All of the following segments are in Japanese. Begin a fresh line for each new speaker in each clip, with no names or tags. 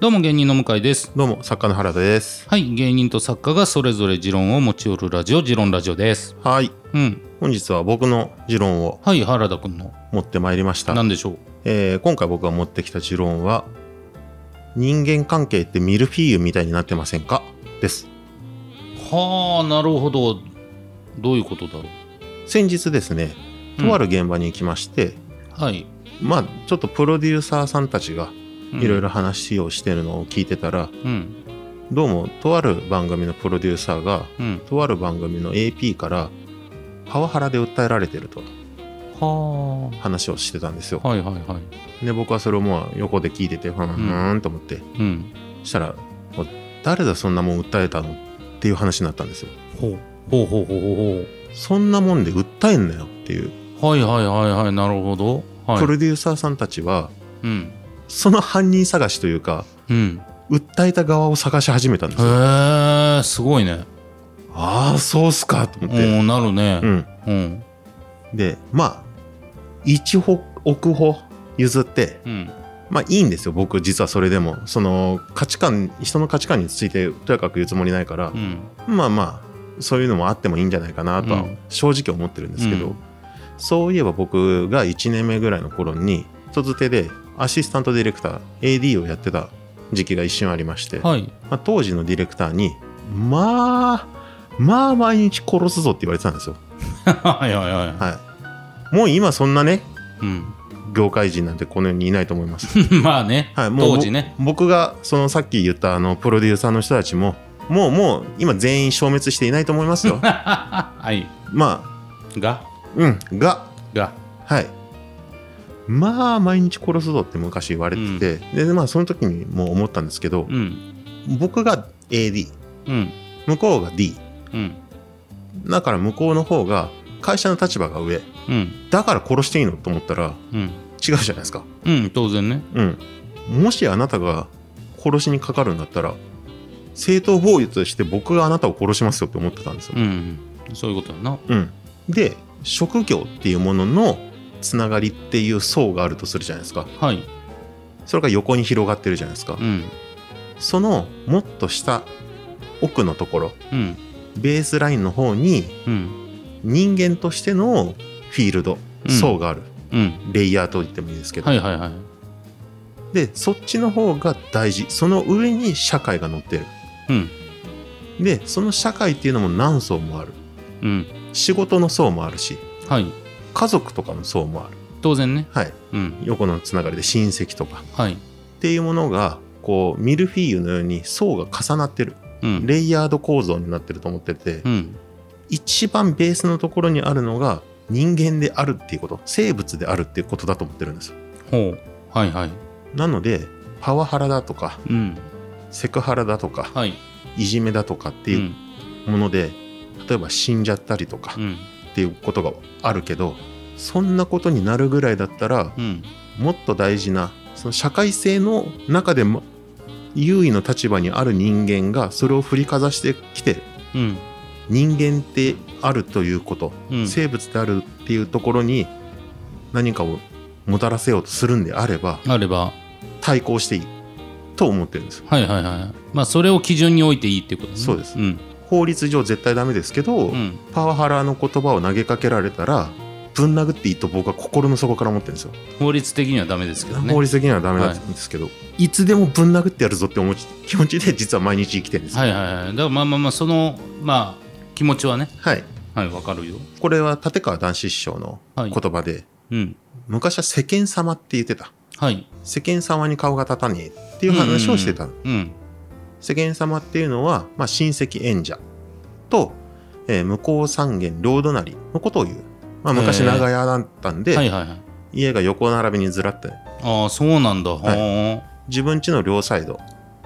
どうも芸人の向井です。
どうも作家の原田です
はい、芸人と作家がそれぞれ持論を持ち寄るラジオ、持論ラジオです。
はい
うん。
本日は僕の持論を
はい、原田くんの
持ってまいりました、
何でしょう。
えー今回僕が持ってきた持論は人間関係ってミルフィーユみたいになってませんかです
はあ、なるほど。どういうことだろう。
先日ですねとある現場に行きまして、
はい。
まあちょっとプロデューサーさんたちが
うん
いろいろ。話をしてるのを聞いてたら、
うん。
どうもとある番組のプロデューサーが
うん。
とある番組の AP からパワハラで訴えられてると
は
話をしてたんですよ
あ。はいはいはい。
で僕はそれをもう横で聞いててふーんふーんと思って
うん。
したらお「誰だそんなもん訴えたの?」っていう話になったんですよ。
ほう。ほうほうほうほう
そんなもんで訴えんなよっていう、
ほう。はいはいはいはい。なるほど。はい。
プロデューサーさんたちは
うん。
その犯人探しというか
うん。
訴えた側を探し始めたんですよ。
へえ、すごいね。
ああそうっすかと思って。
うん、なる
う
ね。
ん、
うん。
でまあ一歩奥歩譲って
うん。
まあいいんですよ僕実はそれでもその価値観人の価値観についてとやかく言うつもりないから
う、ん。
まあまあそういうのもあってもいいんじゃないかなと
う
は
ん
正直思ってるんですけど、
うん
そういえば僕が1年目ぐらいの頃に人づてでアシスタントディレクター AD をやってた時期が一瞬ありまして、
はい。
まあ、当時のディレクターにまあまあ毎日殺すぞって言われてたんですよ。
はいはいは
はい、もう今そんなね
い。うん。
業界人なんてこの世にいないと思います。
まあね、
はい、もう
当時ね。。
ぼ僕がそのさっき言ったあのプロデューサーの人たちももうもう今全員消滅していないと思いますよ
はい。
まあ
が、
うん、が、
が。
はい。まあ、毎日殺すぞって昔言われてて、で、まあ、その時にもう思ったんですけど
う、ん。
僕が AD、
うん。
向こうが D、
うん。
だから向こうの方が会社の立場が上、
うん。
だから殺していいのと思ったら、
うん。
違うじゃないですか。
うん。当然ね。
うん。もしあなたが殺しにかかるんだったら、正当防御として僕があなたを殺しますよって思ってたんですよ
う。ん。そういうことやな。
うん。で、職業っていうもののつながりっていう層があるとするじゃないですか。
はい。
それが横に広がってるじゃないですか、
うん。
そのもっと下奥のところ
うん。
ベースラインの方に
うん。
人間としてのフィールド、
うん
層がある
うん。
レイヤーと言ってもいいですけど、
はいはいはい。
でそっちの方が大事その上に社会が乗ってる
うん。
でその社会っていうのも何層もある
うん。
仕事の層もあるし
はい。
家族とかの層もある
当然ね。
はい
うん。
横のつながりで親戚とか
はい。
っていうものがこうミルフィーユのように層が重なってる
うん。
レイヤード構造になってると思ってて、
うん。
一番ベースのところにあるのが人間であるっていうこと生物であるっていうことだと思ってるんですよ
ほう。はいはい。
なのでパワハラだとか
うん。
セクハラだとか
はい。
いじめだとかって
う。
いうんもので、例えば死んじゃったりとか
う
っ
ん。
ていうことがあるけどそんなことになるぐらいだったら
うん。
もっと大事なその社会性の中でも優位の立場にある人間がそれを振りかざしてきて
うん。
人間ってあるということ
うん。
生物であるっていうところに何かをもたらせようとするんであれば
あれば。
対抗していいと思ってるんですよ
はいはいはい。まあ、それを基準に置いていいってことね。
そうです
うん。
法律上絶対ダメですけど、
うん。
パワハラの言葉を投げかけられたらぶん殴っていいと僕は心の底から思ってるんですよ、
法律的にはダメですけどね
法。律的にはダメなんですけど、い、つでもぶん殴ってやるぞって思う気持ちで実は毎日生きてるんですよ
はいはいはい。だからまあまあまあ、その、まあ、気持ちはね、
はい、
はい、わかるよ。
これは立川談志師匠の
はい
言葉で、
うん。
昔は世間様って言ってた
はい。
世間様に顔が立たねえっていう話をしてた
うん。
世間様っていうのは、まあ、親戚縁者と、えー向こう三軒両隣のことを言う、まあ、昔
へー
長屋だったんで、
はいはいはい。
家が横並びにずらって
ああ、そうなんだ。
い
は
自分家の両サイド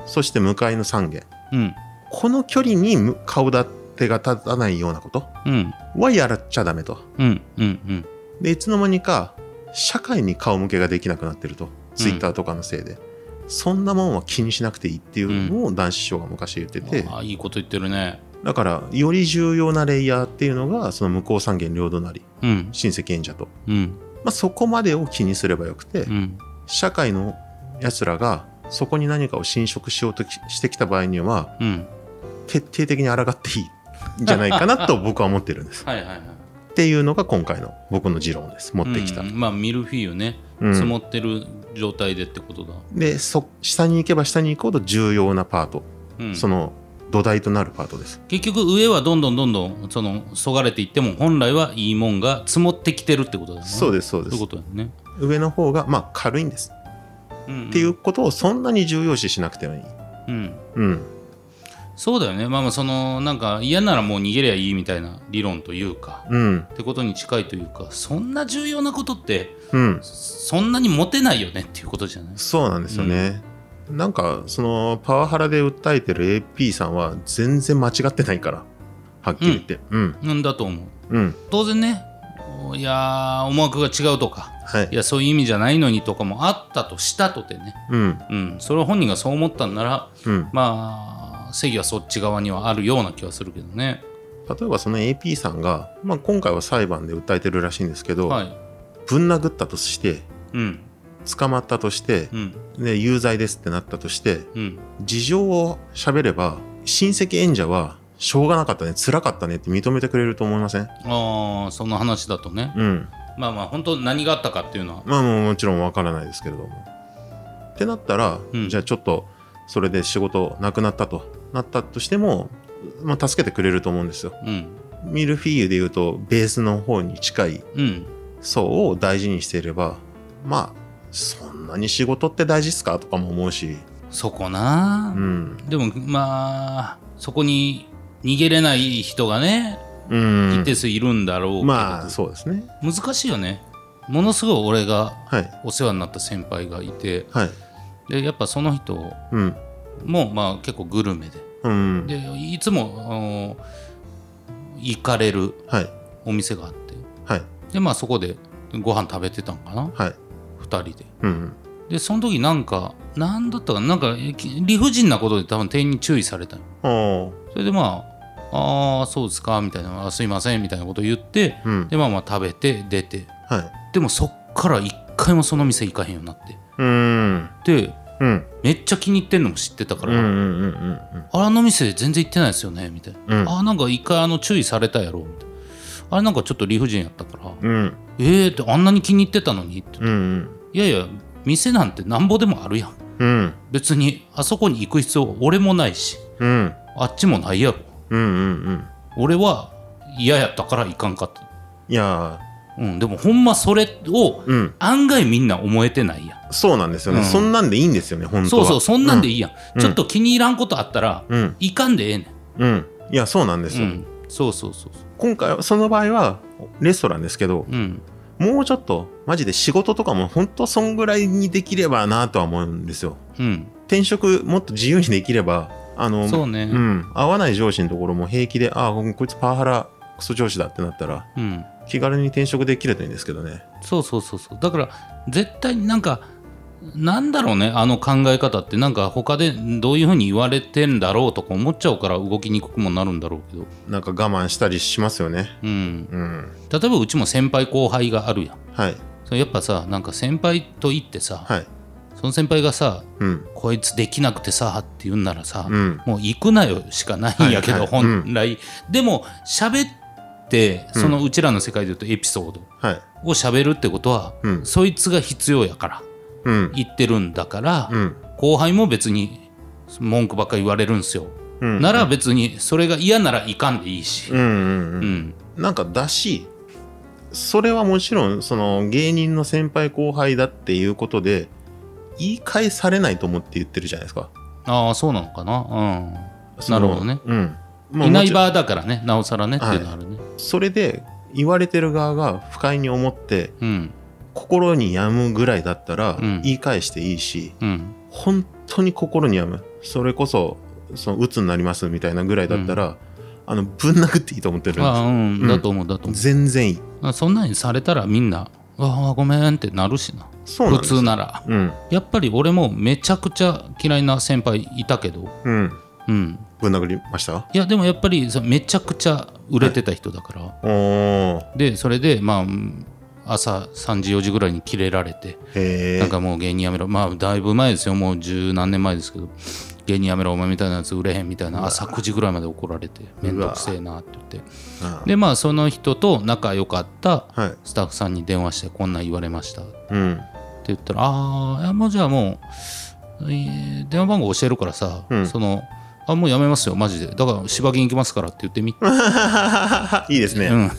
そして向かいの三軒
あ。うん。
この距離にむ顔立てが立たないようなこと
うん。
はやらっちゃダメと
うん。うん。うん。
でいつの間にか社会に顔向けができなくなってるとツイッターとかのせいで、そんなもんは気にしなくていいっていうのを男子師匠が昔言ってて、
ああ、いいこと言ってるね。
だからより重要なレイヤーっていうのがその向こう三軒両隣
うん。
親戚縁者と、
うん。
まあ、そこまでを気にすればよくて、
うん。
社会のやつらがそこに何かを侵食しようときしてきた場合には
うん。
徹底的に抗っていいんじゃないか なと僕は思ってるんです。
はいはいはい。
っていうのが今回の僕の持論です持ってきた
う。んまあ、ミルフィーユね、
うん
積もってる状態でってことだ。
でそ下に行けば下に行くほど重要なパート、
うん
その土台となるパートです。
結局上はどんどんどんどんそのそがれていっても本来はいいもんが積もってきてるってことだよね
そう
で
ですそうで
そういう
す
こ。とだよね、
上の方がまあ軽いんです、
うんん
っていう、ことをそんなに重要視しなくてもいい。
うん、
うん
そうだよねまあまあそのなんか嫌ならもう逃げりゃいいみたいな理論というか
うん
ってことに近いというかそんな重要なことって
うん
そんなに持てないよねっていうことじゃない
そうなんですよね。なんかそのパワハラで訴えてる AP さんは全然間違ってないからはっきり言って。うん
なんだと思う
うん
当然ねおいやー思惑が違うとか
はい
いやそういう意味じゃないのにとかもあったとしたとてね、
うん
うん、それは本人がそう思ったんなら
うん。
まあ正義はそっち側にはあるような気はするけどね。
例えばその AP さんが、まあ、今回は裁判で訴えてるらしいんですけど、
はい。
ぶん殴ったとして
うん
捕まったとして
う、ん
で有罪ですってなったとして
うん。
事情を喋れば親戚演者はしょうがなかったね辛かったねって認めてくれると思いません
ああその話だとね。
うん
まあまあ本当何があったかっていうのは。
まあもうもちろんわからないですけれども。ってなったら、
うん
じゃあちょっとそれで仕事なくなったとなったとしても、まあ、助けてくれると思うんですよ。
うん
ミルフィーユでいうとベースの方に近い
うん
層を大事にしていればまあそんなに仕事って大事っすかとかも思うし、
そこな
う。ん
でもまあそこに逃げれない人がね
う
一
ん、
定数いるんだろうけど、
まあそうですね
難しいよね。ものすごい俺が
はい
お世話になった先輩がいて
はい
でやっぱその人
うん
もまあ結構グルメで
うん
でいつもあの行かれる
はい
お店があって
はい
でまあそこでご飯食べてたんかな
はい
2人で
うん
でその時なんか何だったかななんかえき理不尽なことで多分店員に注意されたの
あー
それでまあ「ああそうですか」みたいなあ「すいません」みたいなこと言って
うん
でまあまあ食べて出て
はい
でもそっから一回もその店行かへんようになって
うん
で
うん
めっちゃ気に入ってんのも知ってたか
うんうんう
ら「
んうんうん
あらあの店全然行ってないですよね」みたいな「
うん
ああなんか一回あの注意されたやろ」みたいな「あれなんかちょっと理不尽やったから」
うん
ええってあんなに気に入ってたのに」って
うん
いやいや店なんてなんぼでもあるやん
うん
別にあそこに行く必要俺もないし
うん
あっちもないやろ
うんうんうん
俺は嫌やったから行かんかった、
いや
うん、でもほんまそれを
ーうん
案外みんな思えてないやん
そうなんですよね、
うん
そんなんでいいんですよね本当
そう
は
そうそんなんでいいやん、
うん
ちょっと気に入らんことあったら
うん
行かんでええね
うんいやそうなんです
ん、う
よ、
ん、そうそうそうそう
今回はその場合はレストランですけど
うん
もうちょっとマジで仕事とかも本当そんぐらいにできればなとは思うんですよ
うん
転職もっと自由にできればあの
そうね
ん、合わない上司のところも平気でああこいつパワハラクソ上司だってなったら
うん
気軽に転職できるといいんですけどね
そうそうそうそうだから絶対になんかなんだろうねあの考え方ってなんか他でどういうふうに言われてんだろうとか思っちゃうから動きにくくもなるんだろうけど、
なんか我慢したりしますよね
うん、
うん
例えばうちも先輩後輩があるやん
はい
それやっぱさなんか先輩と言ってさ、
はい
その先輩がさ
うん
「こいつできなくてさ」って言うんならさ、
うん
もう行くなよしかないんやけど、
はいはい
本来、でも喋ってそのうちらの世界で言うとエピソード
はい
を喋るってことは、
うん
そいつが必要やから
うん
言ってるんだから、
うん
後輩も別に文句ばっかり言われるんすよ、
うん
なら別にそれが嫌ならいかんでいいし
うんうん
う
うん
ん
なんかだしそれはもちろんその芸人の先輩後輩だっていうことで言い返されないと思って言ってるじゃないですか
ああそうなのかな
その
なるほどね
うん
うん
まあ
いない
も
場だからねなおさらねって
はい
いうのあるね、
ちろんそれで言われてる側が不快に思って
うん
心に病むぐらいだったら
うん
言い返していいし、
うん
本当に心に病むそれこそその鬱になりますみたいなぐらいだったら、あのぶん殴っていいと思ってるん
ああ
で
うん、
うん
だと思うだと
す
思
全然いいう
あそんなにされたらみんな「わあごめん」ってなるしな
そうなん
普
です
通なら
うん
やっぱり俺もめちゃくちゃ嫌いな先輩いたけど
うん
うん
ぶん殴りました
いやでもやっぱりそめちゃくちゃ売れてた人だから、
おー
でそれでまあうん朝3時4時ぐらいにキレられて、
へ
なん
え
かもう芸人辞めろまあだいぶ前ですよもう十何年前ですけど芸人辞めろお前みたいなやつ売れへんみたいな朝9時ぐらいまで怒られて面倒くせえなって言って
あ
でまあその人と仲良かった
あはい
スタッフさんに電話してこんなん言われましたって
うん
言ったら「ああもうじゃあもう、えー電話番号教えるからさ、
うん
そのあもうやめますよマジでだから芝木に行きますから」って言ってみって
いいですね
う
うんん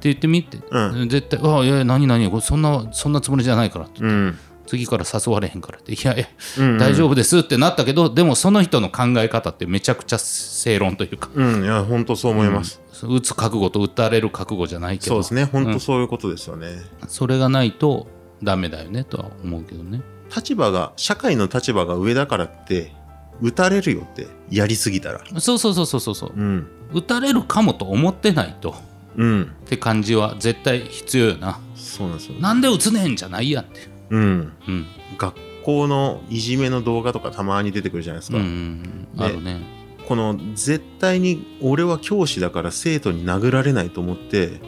言ってみって、
う
絶対「ああいやいや何何これそんなそんなつもりじゃないから」って
うん
次から誘われへんからって「いやいや
うん
大丈夫です」ってなったけど、でもその人の考え方ってめちゃくちゃ正論というか
うんいや本当そう思います
打つ覚悟と打たれる覚悟じゃないけ
そう
ど
ですね本当そういうことですよね
それがないとダメだよねとは思うけどね。
立場が社会の立場が上だからって打たれるよってやりすぎたら
そうそうそうそうそうそう
うん
打たれるかもと思ってないと
うん
って感じは絶対必要よな
そうなんですよ
なんで打つねんじゃないやんって
うん
うん
学校のいじめの動画とかたまに出てくるじゃないです
うん
か、
うんあるね
この絶対に俺は教師だから生徒に殴られないと思って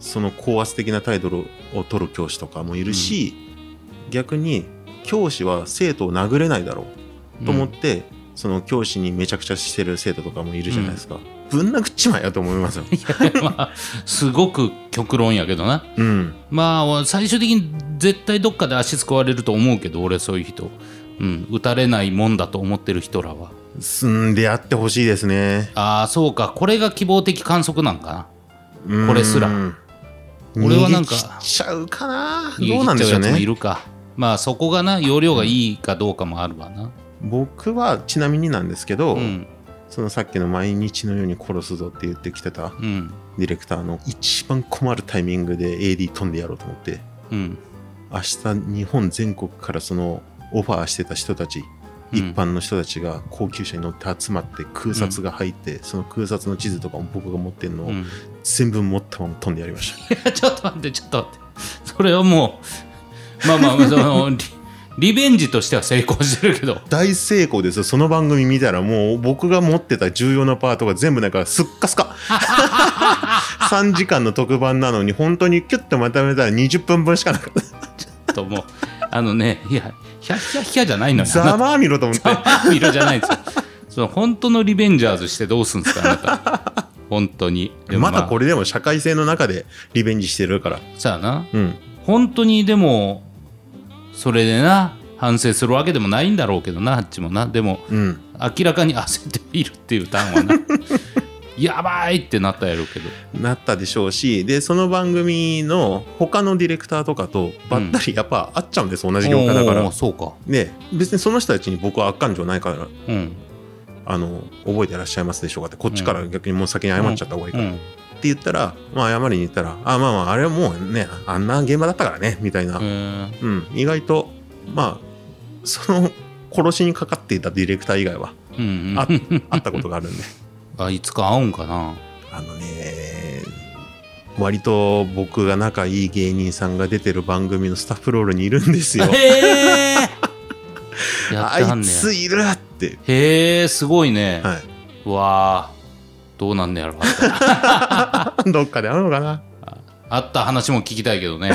その高圧的な態度を取る教師とかもいるし、逆に教師は生徒を殴れないだろうと思って、その教師にめちゃくちゃしてる生徒とかもいるじゃないですか、ぶん殴っちまえやと思い ますよ、
うんまあすごく極論やけどな
うん、
まあ俺最終的に絶対どっかで足すくわれると思うけど俺そういう人うん打たれないもんだと思ってる人らは
すんであってほしいですね
ああそうかこれが希望的観測なんか
うん
これすら俺
俺
は
は
な
なんん
か
かちゃうかな
な
どうなんでしょう
逃げ切っちゃやつもい
ね
るかまあそこがな容量がいいかどうかもあるわな
僕はちなみになんですけど、
うん
そのさっきの毎日のように殺すぞって言ってきてた
うん
ディレクターの一番困るタイミングで AD 飛んでやろうと思って
うん
明日日本全国からそのオファーしてた人たち
うん
一般の人たちが高級車に乗って集まって空撮が入って、その空撮の地図とかも僕が持ってるのを
うん
全部持ったまま飛んでやりました、
いや ちょっと待ってちょっと待ってそれはもうまあまあそ のリリベンジとしては成功してるけど
大成功ですよその番組見たらもう僕が持ってた重要なパートが全部なんかすっかすか3時間の特番なのに本当にキュッとまとめたら20分分しかなかっ
ともうあのねいやヒャヒャヒャじゃないの
た
よ
ざまあみろと思って
見るじゃないですよその本当のリベンジャーズしてどうすんですかあなた本当にでも
またこれでも社会性の中でリベンジしてるから。
さあな
うん。
本当にでもそれでな反省するわけでもないんだろうけどなあっちもなでも
うん。
明らかに焦っているっていう単 はなやばいってなったやろうけど
なったでしょうし、で、その番組の他のディレクターとかとばったりやっぱ会っちゃうんです、同じ業界だか
おー
ら。
そうか
で、別にその人たちに僕は悪感情ないから、
うん
あの、覚えてらっしゃいますでしょうかって、こっちから逆にもう先に謝っちゃった方がいいから。
うん
って言ったら、まあ謝りに行ったら、あ、まあまあ、あれはもうね、あんな現場だったからね、みたいな。
へー
うん、意外と、まあ、その殺しにかかっていたディレクター以外は、
うん あ
ああったことがあるんで。
あいつか会うんかな。
あのね、割と僕が仲いい芸人さんが出てる番組のスタッフロールにいるんですよ
へえ やっ
あ
てはん
い
ねや
ついるって。
へえすごいね、
は
わあどうなんねやろあった
い。どっかで会うのかな
あった話も聞きたいけどね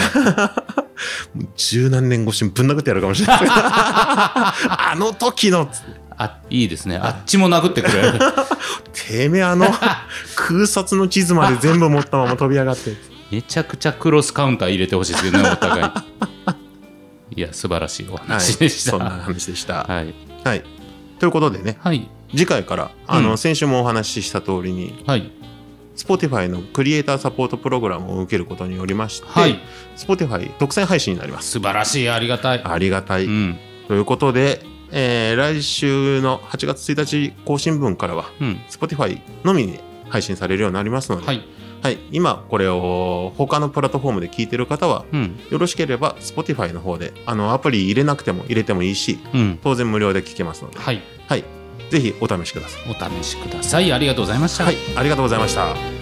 もう十何年越しにぶん殴ってやるかもし れない。あの時の、
あいいですねあっちも殴ってくれる
てめえ あの空撮の地図まで全部持ったまま飛び上がって。
めちゃくちゃクロスカウンター入れてほしいですけど ねお互いいや素晴らしいお
はい。
話でし
そ
た
んな
は
話でした。
い
はい。ということでね、
はい
次回から、あ
う
の、
ん
先週もお話しした通りに、
はい、
Spotify のクリエイターサポートプログラムを受けることによりまして、
はい
Spotify 独占配信になります。
素晴らしいありがたい、
ありがたい。
うん
ということで、えー来週の8月1日更新分からは、
うん、
Spotify のみに配信されるようになりますので、
は
はい
い、
今これを他のプラットフォームで聞いてる方は、
うん、
よろしければ Spotify の方で、あの、アプリ入れなくても入れてもいいし、
うん、
当然無料で聞けますので、
はい、
はい。ぜひお試しください。
お試しください。ありがとうございました。
はい。ありがとうございました。